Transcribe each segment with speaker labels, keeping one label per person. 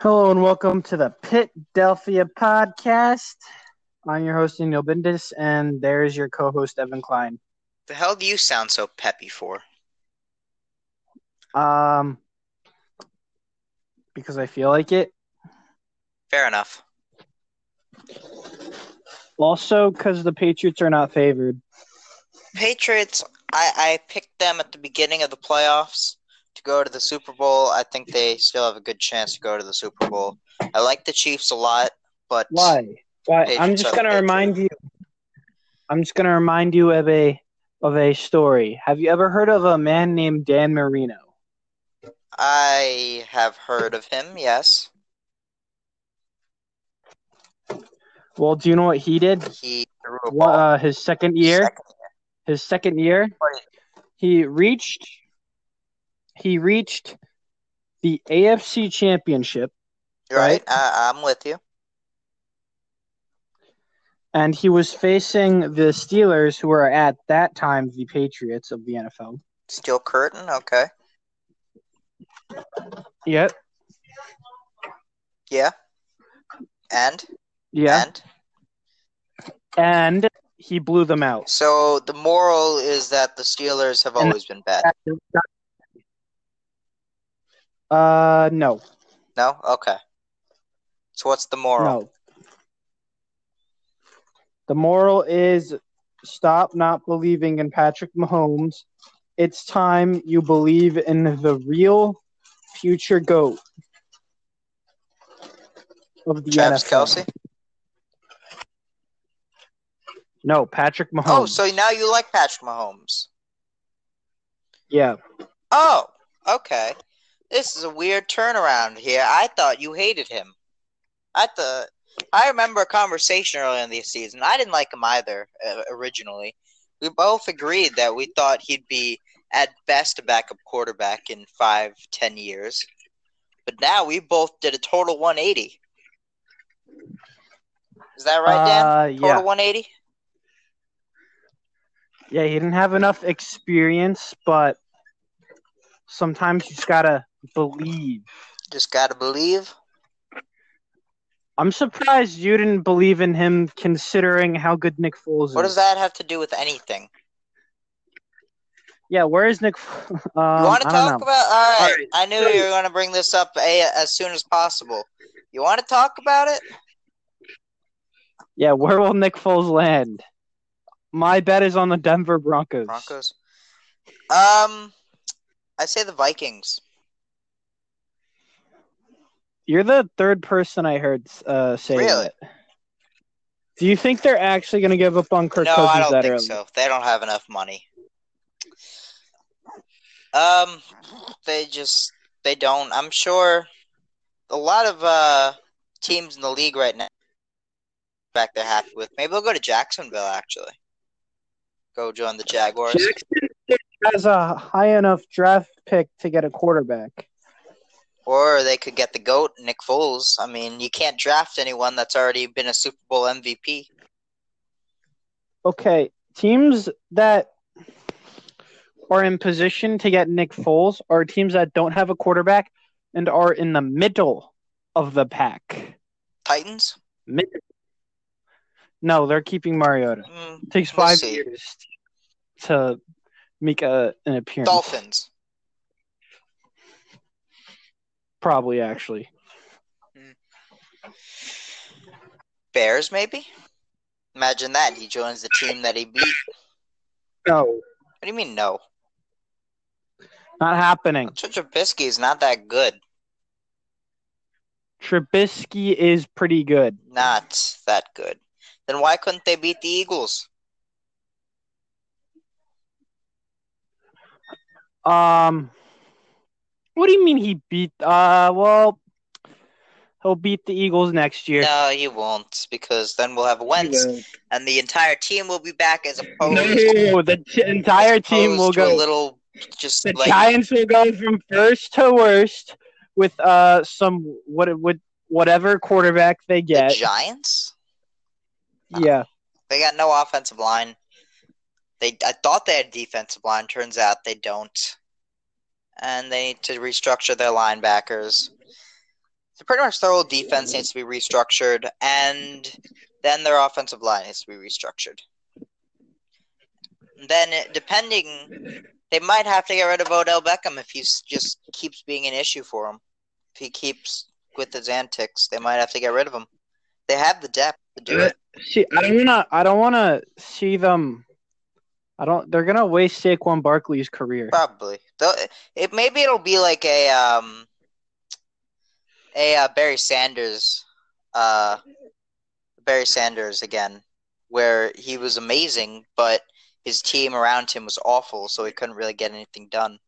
Speaker 1: Hello and welcome to the Pit Delphia podcast. I'm your host Daniel Bendis, and there's your co-host Evan Klein.
Speaker 2: The hell do you sound so peppy for?
Speaker 1: Um, because I feel like it.
Speaker 2: Fair enough.
Speaker 1: Also, because the Patriots are not favored.
Speaker 2: Patriots, I, I picked them at the beginning of the playoffs to go to the Super Bowl. I think they still have a good chance to go to the Super Bowl. I like the Chiefs a lot, but
Speaker 1: Why? Why? I'm
Speaker 2: Patriots
Speaker 1: just
Speaker 2: are
Speaker 1: gonna
Speaker 2: the
Speaker 1: remind you. I'm just gonna remind you of a of a story. Have you ever heard of a man named Dan Marino?
Speaker 2: I have heard of him, yes.
Speaker 1: Well, do you know what he did?
Speaker 2: He threw a
Speaker 1: Wha-
Speaker 2: ball.
Speaker 1: uh, his second year. his second year,
Speaker 2: Right.
Speaker 1: he reached he reached the AFC Championship,
Speaker 2: You're right? I, I'm with you.
Speaker 1: and he was facing the Steelers, who were at that time the Patriots of the NFL.
Speaker 2: Steel curtain, okay.
Speaker 1: Yep.
Speaker 2: Yeah. And
Speaker 1: Yeah.
Speaker 2: and
Speaker 1: And he blew them out.
Speaker 2: so the moral is that the Steelers have
Speaker 1: And-
Speaker 2: always been bad.
Speaker 1: Uh, no,
Speaker 2: No? Okay. So what's the moral?
Speaker 1: no. The moral is stop not believing in Patrick Mahomes. It's time you believe in the real future GOAT of the
Speaker 2: Travis
Speaker 1: NFL.
Speaker 2: Kelsey?
Speaker 1: No, Patrick Mahomes.
Speaker 2: Oh, so now you like Patrick Mahomes.
Speaker 1: yeah.
Speaker 2: Oh, okay. This is a weird turnaround here. I thought you hated him. I thought I remember a conversation earlier in the season. I didn't like him either uh, originally. We both agreed that we thought he'd be at best a backup quarterback in five, ten years. But now we both did a total 180. Is that right, Dan?
Speaker 1: Uh,
Speaker 2: total
Speaker 1: yeah.
Speaker 2: 180.
Speaker 1: Yeah, he didn't have enough experience, but sometimes you just gotta believe.
Speaker 2: Just gotta believe.
Speaker 1: I'm surprised you didn't believe in him, considering how good Nick Foles
Speaker 2: What
Speaker 1: is.
Speaker 2: does that have to do with anything?
Speaker 1: Yeah, where is Nick? F- Um,
Speaker 2: You want to
Speaker 1: I don't
Speaker 2: talk
Speaker 1: know.
Speaker 2: about? All right.
Speaker 1: All right,
Speaker 2: I knew
Speaker 1: great.
Speaker 2: you were going to bring this up a, as soon as possible. You want to talk about it?
Speaker 1: Yeah, where will Nick Foles land? My bet is on the Denver Broncos.
Speaker 2: Broncos. Um, I say the Vikings.
Speaker 1: You're the third person I heard uh, say
Speaker 2: Really?
Speaker 1: that. Do you think they're actually going to give up on Kirk
Speaker 2: no,
Speaker 1: Cousins
Speaker 2: I don't
Speaker 1: that
Speaker 2: think
Speaker 1: early?
Speaker 2: so. They don't have enough money. Um, they just they don't. I'm sure a lot of uh teams in the league right now. Back they're happy with. Maybe they'll go to Jacksonville actually. Go join the Jaguars.
Speaker 1: Jackson State has a high enough draft pick to get a quarterback.
Speaker 2: Or they could get the GOAT, Nick Foles. I mean, you can't draft anyone that's already been a Super Bowl MVP.
Speaker 1: Okay, teams that are in position to get Nick Foles are teams that don't have a quarterback and are in the middle of the pack.
Speaker 2: Titans?
Speaker 1: No, they're keeping Mariota.
Speaker 2: Mm,
Speaker 1: It takes
Speaker 2: We'll
Speaker 1: 5
Speaker 2: see.
Speaker 1: years to make a, an appearance.
Speaker 2: Dolphins.
Speaker 1: Probably, actually.
Speaker 2: Bears, maybe? Imagine that. He joins the team that he beat. What
Speaker 1: No,
Speaker 2: do you mean, no?
Speaker 1: not happening.
Speaker 2: Trubisky is not that good.
Speaker 1: Trubisky is pretty good.
Speaker 2: Not that good. Then why couldn't they beat the Eagles?
Speaker 1: Um, what do you mean he beat? Uh, well, he'll beat the Eagles next year.
Speaker 2: No, he won't, because then we'll have Wentz, and the entire team will be back as opposed,
Speaker 1: No, the t- entire team
Speaker 2: opposed
Speaker 1: will
Speaker 2: to a
Speaker 1: go.
Speaker 2: little just
Speaker 1: The
Speaker 2: like
Speaker 1: Giants will go from first to worst with uh some what with whatever quarterback they
Speaker 2: the
Speaker 1: get.
Speaker 2: Giants?
Speaker 1: Yeah,
Speaker 2: They got no offensive line. They I thought they had defensive line. Turns out they don't. And they need to restructure their linebackers. So pretty much their whole defense needs to be restructured, and then their offensive line needs to be restructured. Then, depending, they might have to get rid of Odell Beckham if he just keeps being an issue for them. If he keeps with his antics, they might have to get rid of him. They have the depth to do it.
Speaker 1: See, I don't wanna. I don't wanna see them. I don't. They're gonna waste Saquon Barkley's career.
Speaker 2: Probably. Though it maybe it'll be like a um a uh, Barry Sanders uh Barry Sanders again where he was amazing but his team around him was awful so he couldn't really get anything done.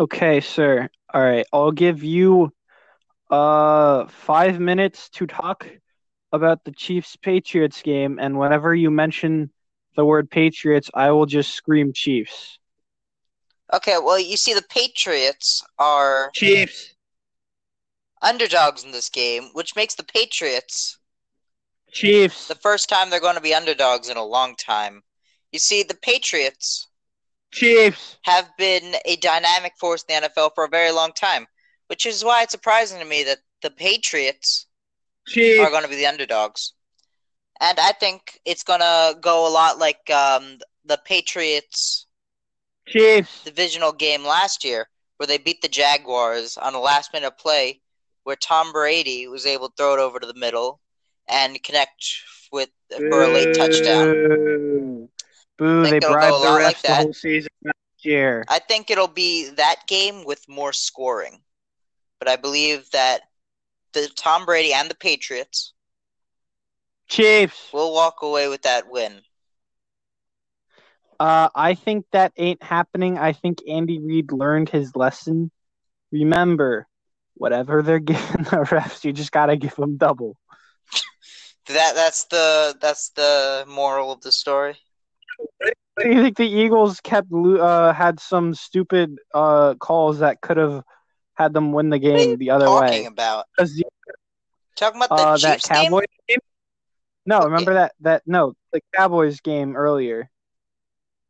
Speaker 1: Okay, sir. All right, I'll give you uh five minutes to talk about the Chiefs Patriots game, and whenever you mention the word Patriots, I will just scream Chiefs.
Speaker 2: Okay, well, you see, the Patriots are
Speaker 1: Chiefs.
Speaker 2: underdogs in this game, which makes the Patriots
Speaker 1: Chiefs.
Speaker 2: the first time they're going to be underdogs in a long time. You see, the Patriots
Speaker 1: Chiefs.
Speaker 2: have been a dynamic force in the NFL for a very long time, which is why it's surprising to me that the Patriots are
Speaker 1: Chiefs.
Speaker 2: going to be the underdogs. And I think it's going to go a lot like um, the Patriots
Speaker 1: Chiefs.
Speaker 2: divisional game last year where they beat the Jaguars on a last minute play where Tom Brady was able to throw it over to the middle and connect with for a late touchdown.
Speaker 1: Boo. Boo,
Speaker 2: Think
Speaker 1: they
Speaker 2: it'll
Speaker 1: bribed
Speaker 2: go
Speaker 1: the
Speaker 2: along
Speaker 1: refs
Speaker 2: like
Speaker 1: the
Speaker 2: that.
Speaker 1: whole season last year.
Speaker 2: I think it'll be that game with more scoring. But I believe that the Tom Brady and the Patriots
Speaker 1: Chiefs.
Speaker 2: will walk away with that win.
Speaker 1: Uh, I think that ain't happening. I think Andy Reid learned his lesson. Remember, whatever they're giving the refs, you just gotta give them double.
Speaker 2: That that's the that's the moral of the story.
Speaker 1: Do you think the Eagles kept lo- uh, had some stupid uh, calls that could have had them win the game the other
Speaker 2: Talking
Speaker 1: way?
Speaker 2: about
Speaker 1: 'Cause the-
Speaker 2: talking about the
Speaker 1: uh, that
Speaker 2: Chiefs game.
Speaker 1: Cowboys game? No,
Speaker 2: Okay.
Speaker 1: remember that that no, the Cowboys game earlier.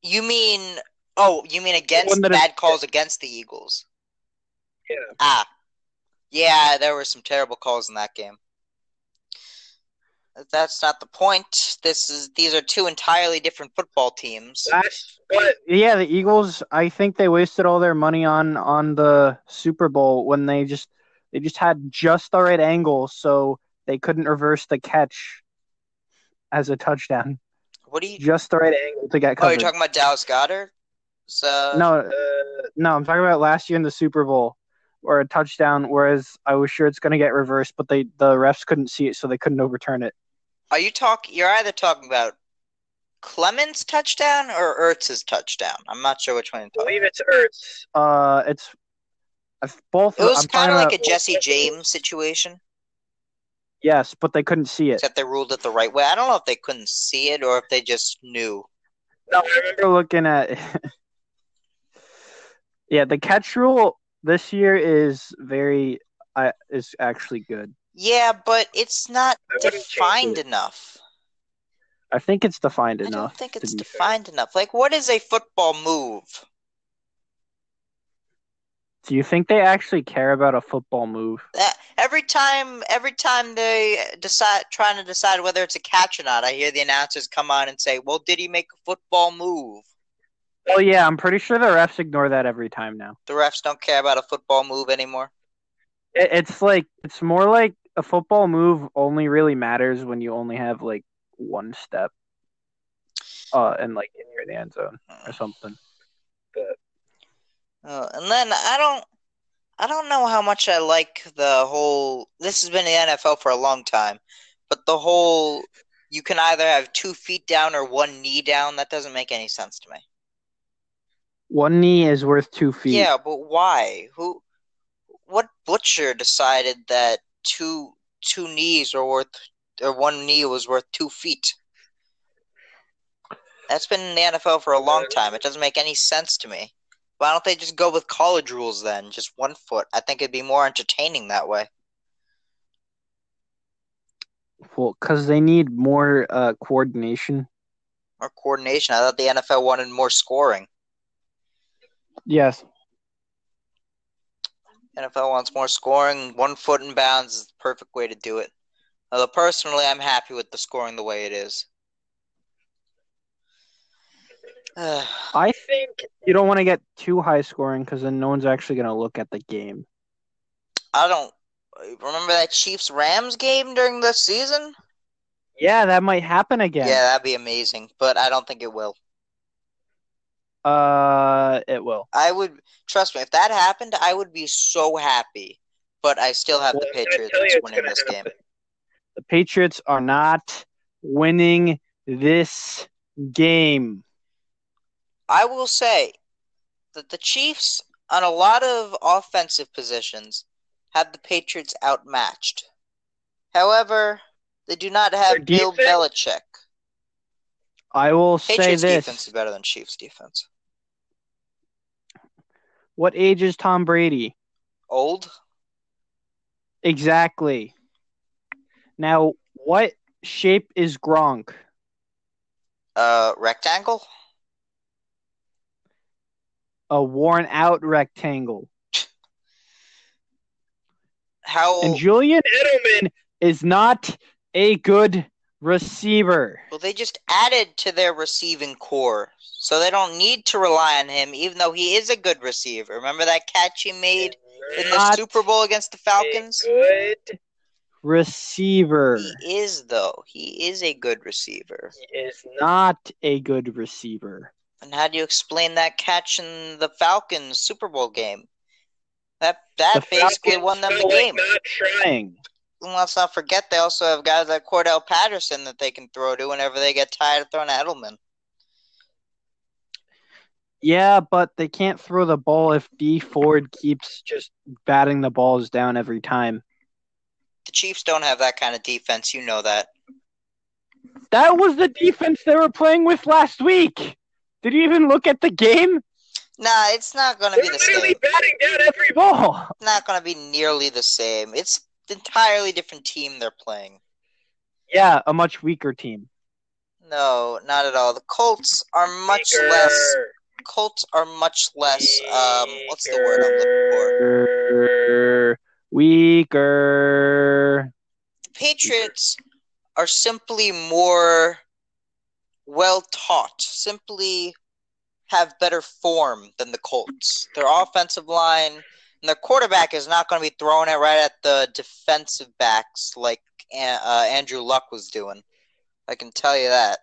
Speaker 2: You mean oh, you mean against
Speaker 1: one that-
Speaker 2: bad calls against the Eagles?
Speaker 1: Yeah.
Speaker 2: Ah. Yeah, there were some terrible calls in that game. That's not the point. This is these are two entirely different football teams.
Speaker 1: yeah, the Eagles. I think they wasted all their money on on the Super Bowl when they just they just had just the right angle, so they couldn't reverse the catch as a touchdown.
Speaker 2: What are you
Speaker 1: Just the right angle to get
Speaker 2: Oh, you're
Speaker 1: covered.
Speaker 2: talking about Dallas Goddard? So
Speaker 1: no, uh, no, I'm talking about last year in the Super Bowl or a touchdown. Whereas I was sure it's going to get reversed, but they the refs couldn't see it, so they couldn't overturn it.
Speaker 2: are you talk you're either talking about Clemens' touchdown or Ertz's touchdown? I'm not sure which one you're talking
Speaker 1: it's Ertz. Uh, it's it's both.
Speaker 2: It was
Speaker 1: I'm
Speaker 2: kind of
Speaker 1: talking
Speaker 2: like a
Speaker 1: about-
Speaker 2: Jesse James situation,
Speaker 1: Yes, but they couldn't see it.
Speaker 2: except they ruled it the right way. I don't know if they couldn't see it or if they just knew.
Speaker 1: No, I remember looking at. yeah, the catch rule this year is very I is actually good.
Speaker 2: Yeah, but it's not
Speaker 1: I wouldn't change
Speaker 2: defined enough.
Speaker 1: I think it's defined
Speaker 2: I
Speaker 1: enough.
Speaker 2: don't think
Speaker 1: to
Speaker 2: it's
Speaker 1: be fair.
Speaker 2: defined enough. Like, what is a football move?
Speaker 1: Do you think they actually care about a football move?
Speaker 2: That Uh, every time, every time they decide trying to decide whether it's a catch or not, I hear the announcers come on and say, "Well, did he make a football move?"
Speaker 1: Well, yeah, I'm pretty sure the refs ignore that every time now.
Speaker 2: The refs don't care about a football move anymore.
Speaker 1: It, it's like it's more like a football move only really matters when you only have like one step, uh, and like in your end zone or something.
Speaker 2: Uh, and then I don't, I don't know how much I like the whole. This has been the NFL for a long time, but the whole you can either have two feet down or one knee down. That doesn't make any sense to me.
Speaker 1: One knee is worth two feet.
Speaker 2: Yeah, but why? Who? What butcher decided that two two knees were worth, or one knee was worth two feet? That's been in the NFL for a long time. It doesn't make any sense to me. Why don't they just go with college rules then? Just one foot. I think it'd be more entertaining that way.
Speaker 1: Well, because they need more uh, coordination.
Speaker 2: More coordination. I thought the NFL wanted more scoring.
Speaker 1: Yes.
Speaker 2: NFL wants more scoring. One foot in bounds is the perfect way to do it. Although personally, I'm happy with the scoring the way it is.
Speaker 1: I think you don't want to get too high scoring because then no one's actually going to look at the game.
Speaker 2: I don't remember that Chiefs Rams game during the season.
Speaker 1: Yeah, that might happen
Speaker 2: Yeah.
Speaker 1: again.
Speaker 2: that'd be amazing, but I don't think it will.
Speaker 1: Uh, it will.
Speaker 2: I would trust me if that happened. I would be so happy, but I still have the
Speaker 3: Well, I'm gonna
Speaker 2: Patriots
Speaker 3: tell you it's
Speaker 2: winning
Speaker 3: gonna
Speaker 2: this game.
Speaker 3: happen.
Speaker 1: The Patriots are not winning this game.
Speaker 2: I will say that the Chiefs, on a lot of offensive positions, have the Patriots outmatched. However, they do not
Speaker 3: Their
Speaker 2: have Bill
Speaker 3: defense?
Speaker 2: Belichick.
Speaker 1: I will say
Speaker 2: Patriots
Speaker 1: this.
Speaker 2: defense is better than Chiefs defense.
Speaker 1: What age is Tom Brady?
Speaker 2: Old?
Speaker 1: Exactly. Now, what shape is Gronk?
Speaker 2: Uh, rectangle?
Speaker 1: A worn out rectangle.
Speaker 2: How
Speaker 1: And
Speaker 2: old?
Speaker 1: Julian Edelman is not a good receiver.
Speaker 2: Well, they just added to their receiving core, so they don't need to rely on him, even though he is a good receiver. Remember that catch he made in the
Speaker 1: Not
Speaker 2: Super Bowl against the Falcons?
Speaker 3: Good
Speaker 1: Receiver.
Speaker 2: He is, though. He is a good receiver.
Speaker 3: is not.
Speaker 1: Not a good receiver.
Speaker 2: And how do you explain that catch in the Falcons Super Bowl game? That that
Speaker 1: The
Speaker 2: basically
Speaker 3: Falcons
Speaker 2: won them the
Speaker 3: felt like
Speaker 2: game.
Speaker 3: Not trying.
Speaker 1: Dang.
Speaker 2: And let's not forget they also have guys like Cordell Patterson that they can throw to whenever they get tired of throwing to Edelman.
Speaker 1: Yeah, but they can't throw the ball if D Ford keeps just batting the balls down every time.
Speaker 2: The Chiefs don't have that kind of defense, you know that.
Speaker 1: That was the defense they were playing with last week. Did you even look at the game?
Speaker 2: Nah, it's not gonna
Speaker 3: They're
Speaker 2: be the same.
Speaker 3: literally batting down every
Speaker 1: Every ball.
Speaker 2: not going to be nearly the same. It's an entirely different team they're playing.
Speaker 1: Yeah, a much weaker team.
Speaker 2: No, not at all. The Colts are much
Speaker 3: Baker.
Speaker 2: less. Colts are much less. Um, what's the word I'm looking for?
Speaker 1: Er, Weaker.
Speaker 2: The Patriots are simply more well taught. Simply have better form than the Colts. Their offensive line and their quarterback is not going to be throwing it right at the defensive backs like uh, uh, Andrew Luck was doing. I can tell you that.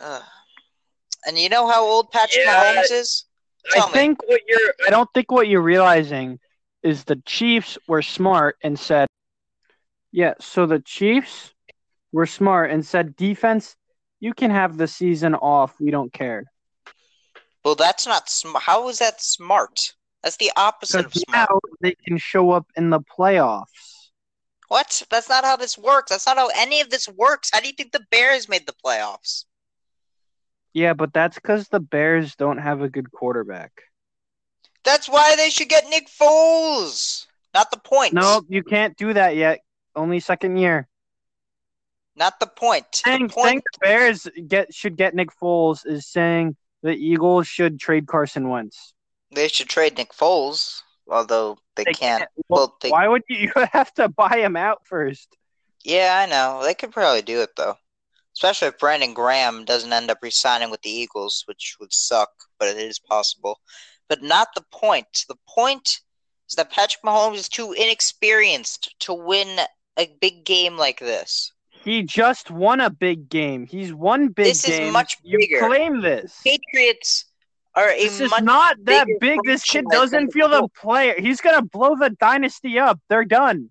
Speaker 2: Ugh. and you know how old Patrick
Speaker 3: Yeah.
Speaker 2: Mahomes is?
Speaker 1: I
Speaker 2: Tell me.
Speaker 1: think
Speaker 3: What you're
Speaker 1: I don't think what you're realizing is the Chiefs were smart and said, yeah, so the Chiefs were smart and said, defense, you can have the season off. We don't care.
Speaker 2: Well, that's not sm- how is that smart? That's the opposite of
Speaker 1: Because
Speaker 2: smart.
Speaker 1: now they can show up in the playoffs.
Speaker 2: What? That's not how this works. That's not how any of this works. How do you think the Bears made the playoffs?
Speaker 1: Yeah, but that's because the Bears don't have a good quarterback.
Speaker 2: That's why they should get Nick Foles. Not the point.
Speaker 1: No, you can't do that yet. Only second year.
Speaker 2: Not the point. The
Speaker 1: Saying, saying
Speaker 2: point.
Speaker 1: the Bears get should get Nick Foles is saying the Eagles should trade Carson Wentz.
Speaker 2: They should trade Nick Foles, although they,
Speaker 1: They
Speaker 2: can't.
Speaker 1: Well,
Speaker 2: Well, they,
Speaker 1: Why would you, you have to buy him out first?
Speaker 2: yeah, I know. They could probably do it though, especially if Brandon Graham doesn't end up re-signing with the Eagles, which would suck, but it is possible. But not the point. The point is that Patrick Mahomes is too inexperienced to win a big game like this.
Speaker 1: He just won a big game. He's won big
Speaker 2: This is
Speaker 1: games.
Speaker 2: much
Speaker 1: you
Speaker 2: bigger.
Speaker 1: claim this.
Speaker 2: Patriots are a
Speaker 1: This is
Speaker 2: much
Speaker 1: not that
Speaker 2: bigger
Speaker 1: big. This kid
Speaker 2: franchise than
Speaker 1: doesn't feel the player. He's gonna blow the dynasty up. They're done.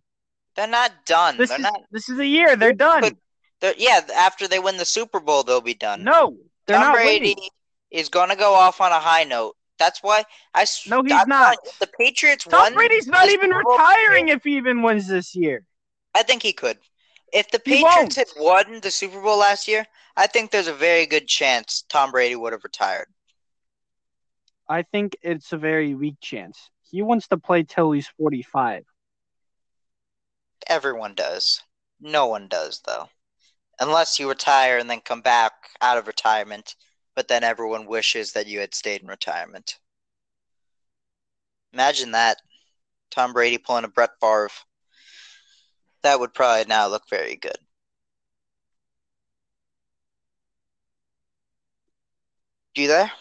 Speaker 2: they're not done.
Speaker 1: This
Speaker 2: Mm, they're
Speaker 1: is
Speaker 2: not.
Speaker 1: this is a year. They're done.
Speaker 2: But- They're, yeah, after they win the Super Bowl, they'll be done.
Speaker 1: no, they're
Speaker 2: Tom
Speaker 1: not
Speaker 2: Brady
Speaker 1: winning.
Speaker 2: is going to go off on a high note. That's why I. s-
Speaker 1: No, he's
Speaker 2: I'm telling
Speaker 1: not.
Speaker 2: you, The Patriots
Speaker 1: Tom
Speaker 2: won.
Speaker 1: Brady's not
Speaker 2: the
Speaker 1: even
Speaker 2: Super Bowl.
Speaker 1: retiring if he even wins this year.
Speaker 2: I think he could. If the
Speaker 1: He
Speaker 2: Patriots had won the Super Bowl last year, I think there's a very good chance Tom Brady would have retired.
Speaker 1: I think it's a very weak chance. He wants to play till he's 45.
Speaker 2: Everyone does. No one does though, unless you retire and then come back out of retirement. But then everyone wishes that you had stayed in retirement. Imagine that. Tom Brady pulling a Brett Favre. That would probably now look very good. You there?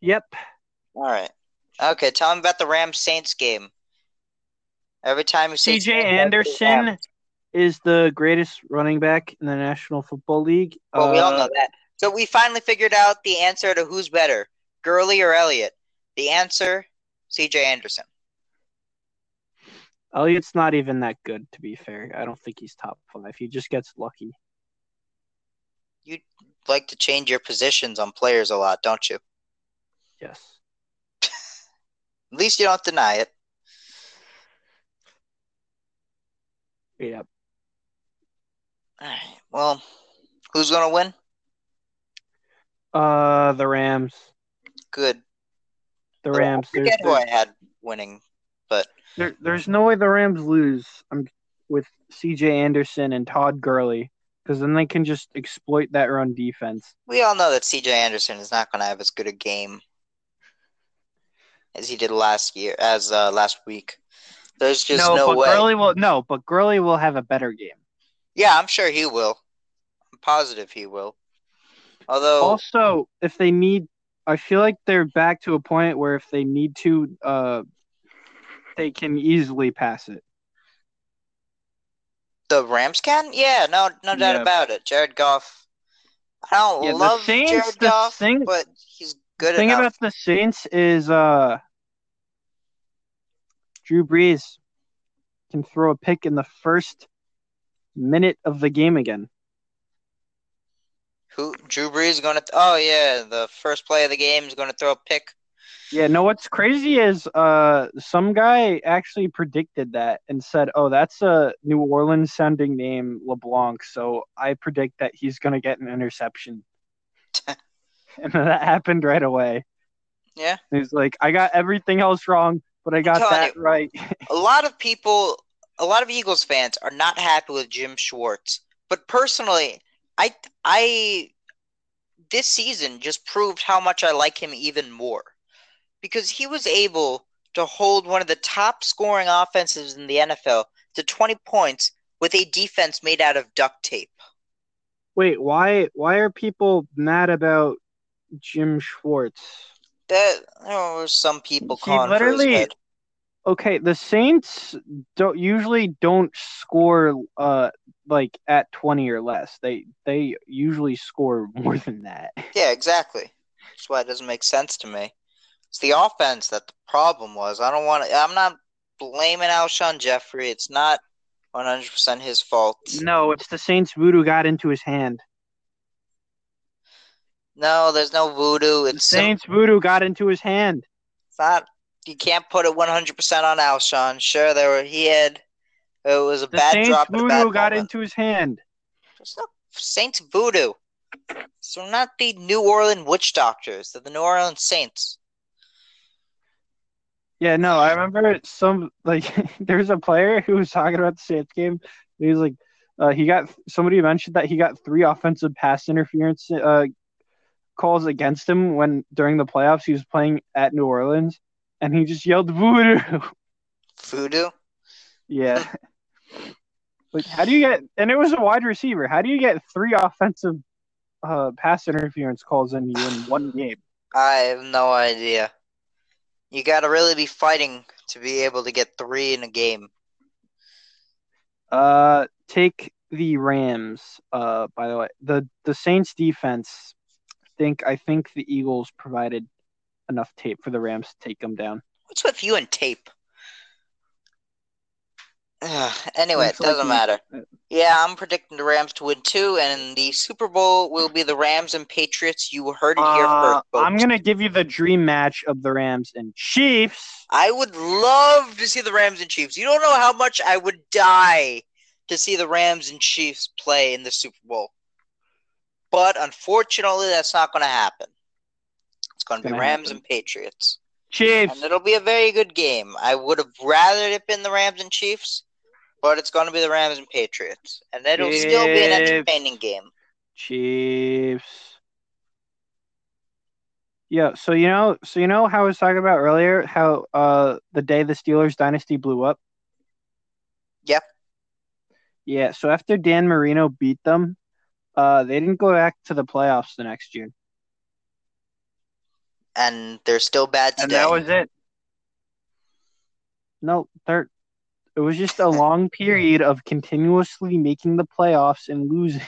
Speaker 1: Yep.
Speaker 2: All right. Okay, tell me about the Rams Saints game. Every time you say
Speaker 1: CJ Anderson is the greatest running back in the National Football League.
Speaker 2: Well, we all
Speaker 1: Uh,
Speaker 2: know that. So we finally figured out the answer to who's better, Gurley or Elliott. The answer, C.J. Anderson.
Speaker 1: Elliott's not even that good, to be fair. I don't think he's top five. He just gets lucky.
Speaker 2: Like to change your positions on players a lot, don't you?
Speaker 1: Yes.
Speaker 2: At least you don't deny it.
Speaker 1: Yep.
Speaker 2: All right. Well, who's gonna win?
Speaker 1: Uh, the Rams.
Speaker 2: Good.
Speaker 1: The
Speaker 2: But I
Speaker 1: Rams. There's,
Speaker 2: Forget who I had winning.
Speaker 1: there- there's no way the Rams lose um, with C.J. Anderson and Todd Gurley because then they can just exploit that run defense.
Speaker 2: We all know that C.J. Anderson is not gonna have as good a game as he did last year, as uh, last week. There's just no,
Speaker 1: but
Speaker 2: way.
Speaker 1: Gurley will no, but Gurley will have a better game.
Speaker 2: Yeah, I'm sure he will. I'm positive he will. Although.
Speaker 1: Also, if they need, I feel like they're back to a point where if they need to, uh, they can easily pass it.
Speaker 2: The Rams can? Yeah, no, no doubt
Speaker 1: Yeah.
Speaker 2: about it. Jared Goff. I don't
Speaker 1: Yeah, the
Speaker 2: love
Speaker 1: Saints,
Speaker 2: Jared
Speaker 1: the
Speaker 2: Goff,
Speaker 1: thing-
Speaker 2: but he's good
Speaker 1: thing
Speaker 2: enough.
Speaker 1: about the Saints is uh, Drew Brees can throw a pick in the first minute of the game again.
Speaker 2: Who Drew Brees is going to? Oh yeah, the first play of the game is going to throw a pick.
Speaker 1: Yeah, no, what's crazy is uh, some guy actually predicted that and said, "Oh, that's a New Orleans sounding name, LeBlanc." So I predict that he's gonna get an interception, and that happened right away.
Speaker 2: Yeah.
Speaker 1: he's like, "I got everything else wrong, but I got
Speaker 2: telling
Speaker 1: that right."
Speaker 2: A lot of people, a lot of Eagles fans are not happy with Jim Schwartz, but personally, I I this season just proved how much I like him even more because he was able to hold one of the top scoring offenses in the NFL to 20 points with a defense made out of duct tape.
Speaker 1: Wait, why why are people mad about Jim Schwartz?
Speaker 2: That there were some people
Speaker 1: He
Speaker 2: calling for his
Speaker 1: literally-
Speaker 2: head.
Speaker 1: Okay, the Saints don't usually don't score uh like at 20 or less. They they usually score more than that.
Speaker 2: Yeah, exactly. That's why it doesn't make sense to me. It's the offense that the problem was. I don't want to. I'm not blaming Alshon Jeffrey. It's not 100% his fault.
Speaker 1: No, it's the Saints voodoo got into his hand.
Speaker 2: No, there's no voodoo.
Speaker 1: The
Speaker 2: It's, sim-
Speaker 1: Saints voodoo got into his hand.
Speaker 2: it's not. You can't put it 100% on Alshon. Sure, there were. He had. It was a
Speaker 1: The
Speaker 2: bad
Speaker 1: Saints
Speaker 2: drop. and a
Speaker 1: voodoo
Speaker 2: bad
Speaker 1: got
Speaker 2: moment.
Speaker 1: into his hand.
Speaker 2: There's no Saints voodoo. So not the New Orleans witch doctors. They're the New Orleans Saints.
Speaker 1: Yeah, no, I remember some like there was a player who was talking about the Saints game. He was like, uh, he got somebody mentioned that he got three offensive pass interference uh, calls against him when during the playoffs he was playing at New Orleans, and he just yelled voodoo.
Speaker 2: Voodoo.
Speaker 1: yeah, like how do you get? And it was a wide receiver. How do you get three offensive uh, pass interference calls in you in one game?
Speaker 2: I have no idea. You gotta really be fighting to be able to get three in a game.
Speaker 1: Uh, take the Rams. Uh, by the way, the the Saints defense. Think I think the Eagles provided enough tape for the Rams to take them down.
Speaker 2: What's with you and tape? Ugh, anyway, it
Speaker 1: Looks like
Speaker 2: doesn't
Speaker 1: you-
Speaker 2: matter. Yeah, I'm predicting the Rams to win two, and the Super Bowl will be the Rams and Patriots. You heard it here
Speaker 1: Uh,
Speaker 2: first, folks.
Speaker 1: I'm gonna give you the dream match of the Rams and Chiefs.
Speaker 2: I would love to see the Rams and Chiefs. You don't know how much I would die to see the Rams and Chiefs play in the Super Bowl. But unfortunately, that's not going to happen. It's going to be
Speaker 1: Gonna
Speaker 2: Rams
Speaker 1: happen.
Speaker 2: and Patriots. And
Speaker 1: Chiefs.
Speaker 2: it'll be a very good game. I would have rather it been the Rams and Chiefs, but it's going to be the Rams and Patriots. And it'll still be an
Speaker 1: Chiefs.
Speaker 2: entertaining game.
Speaker 1: Chiefs. Yeah, so you know, so you know how I was talking about earlier, how uh the day the Steelers dynasty blew up.
Speaker 2: Yep.
Speaker 1: Yeah, so after Dan Marino beat them, uh they didn't go back to the playoffs the next year.
Speaker 2: and they're still bad today.
Speaker 1: And that was it. No, they're it was just a long period of continuously making the playoffs and losing.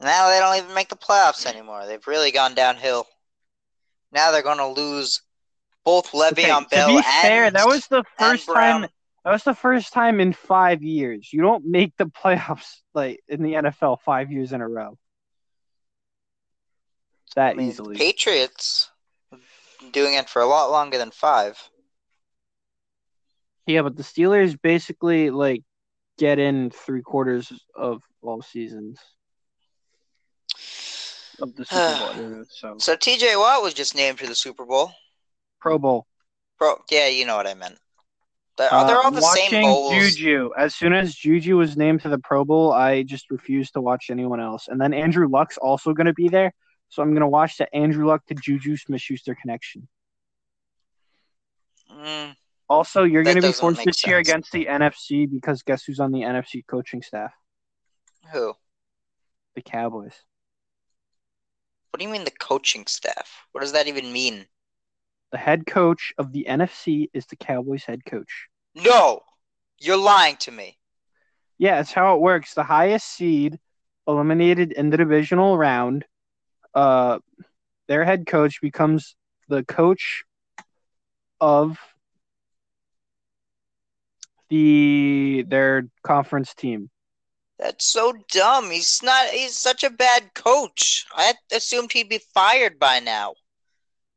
Speaker 2: Now they don't even make the playoffs anymore. They've really gone downhill. Now they're going to lose both Le'Veon
Speaker 1: Okay,
Speaker 2: Bell
Speaker 1: to be
Speaker 2: and
Speaker 1: fair, that was the
Speaker 2: and
Speaker 1: first
Speaker 2: Brown.
Speaker 1: time that was the first time in five years. You don't make the playoffs like in the NFL five years in a row.
Speaker 2: I
Speaker 1: That
Speaker 2: mean,
Speaker 1: easily.
Speaker 2: Patriots doing it for a lot longer than five.
Speaker 1: yeah, but the Steelers basically like get in three quarters of all seasons of the Super Bowl. era, so
Speaker 2: So T.J. Watt was just named to the Super Bowl.
Speaker 1: Pro Bowl.
Speaker 2: Bro, yeah, you know what I meant. They're,
Speaker 1: Uh,
Speaker 2: they're all the
Speaker 1: watching
Speaker 2: same bowls.
Speaker 1: Juju. As soon as Juju was named to the Pro Bowl, I just refused to watch anyone else. And then Andrew Luck's also going to be there, so I'm going to watch the Andrew Luck to Juju Smith-Schuster connection.
Speaker 2: Mm,
Speaker 1: Also, you're
Speaker 2: That
Speaker 1: going to be
Speaker 2: doesn't
Speaker 1: forced
Speaker 2: make
Speaker 1: to cheer
Speaker 2: sense.
Speaker 1: against the NFC because guess who's on the NFC coaching staff?
Speaker 2: who? What
Speaker 1: The Cowboys.
Speaker 2: do you mean the coaching staff? What does that even mean?
Speaker 1: The head coach of the NFC is the Cowboys head coach.
Speaker 2: No, you're lying to me.
Speaker 1: Yeah, it's how it works. The highest seed eliminated in the divisional round, uh, their head coach becomes the coach of the their conference team.
Speaker 2: That's so dumb. He's not. He's such a bad coach. I assumed he'd be fired by now.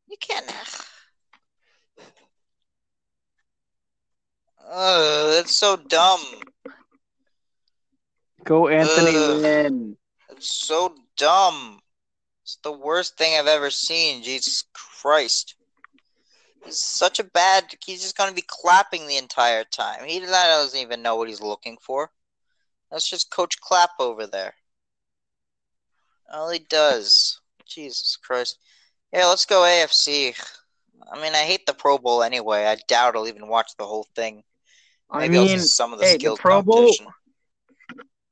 Speaker 2: You can't. Ugh, that's so dumb.
Speaker 1: Go Anthony
Speaker 2: Ugh.
Speaker 1: Lynn.
Speaker 2: That's so dumb. It's the worst thing I've ever seen. Jesus Christ. He's such a bad. He's just gonna be clapping the entire time. He doesn't even know what he's looking for. That's just Coach Clap over there. All he does. Jesus Christ. Yeah, let's go AFC. I mean, I hate the Pro Bowl anyway. I doubt I'll even watch the whole thing.
Speaker 1: I
Speaker 2: Maybe I'll
Speaker 1: mean,
Speaker 2: see some of the
Speaker 1: hey, the
Speaker 2: skills
Speaker 1: Pro Bowl-
Speaker 2: competition.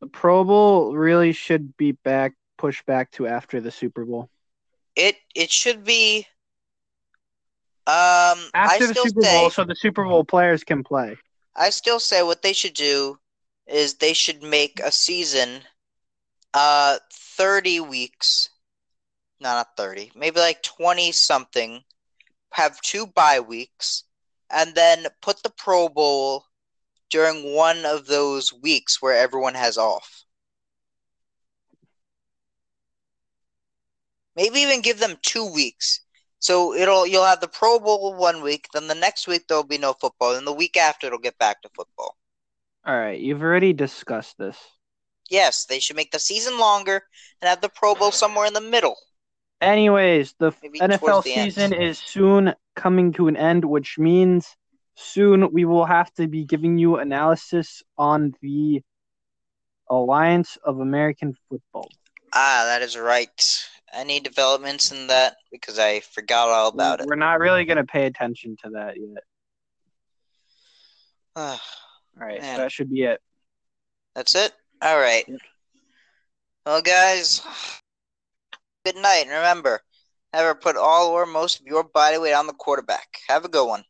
Speaker 1: the Pro Bowl really should be back pushed back to after the Super Bowl.
Speaker 2: It it should be. Um,
Speaker 1: After
Speaker 2: I
Speaker 1: the
Speaker 2: still
Speaker 1: Super
Speaker 2: say
Speaker 1: Bowl, so the Super Bowl players can play.
Speaker 2: I still say what they should do is they should make a season, uh, thirty weeks. No, not thirty. Maybe like twenty something. Have two bye weeks, and then put the Pro Bowl during one of those weeks where everyone has off. Maybe even give them two weeks. So it'll you'll have the Pro Bowl one week, then the next week there'll be no football, and the week after it'll get back to football.
Speaker 1: All right, you've already discussed this.
Speaker 2: Yes, they should make the season longer and have the Pro Bowl somewhere in the middle.
Speaker 1: Anyways, the
Speaker 2: Maybe
Speaker 1: NFL
Speaker 2: towards the end.
Speaker 1: season is soon coming to an end, which means soon we will have to be giving you analysis on the Alliance of American Football.
Speaker 2: Ah, that is right. Any developments in that? Because I forgot all about it.
Speaker 1: We're not really going to pay attention to that yet. All right,
Speaker 2: Man.
Speaker 1: so that should be it.
Speaker 2: Ah, That's it? All right. Well, guys, good night. And remember, never put all or most of your body weight on the quarterback. Have a good one.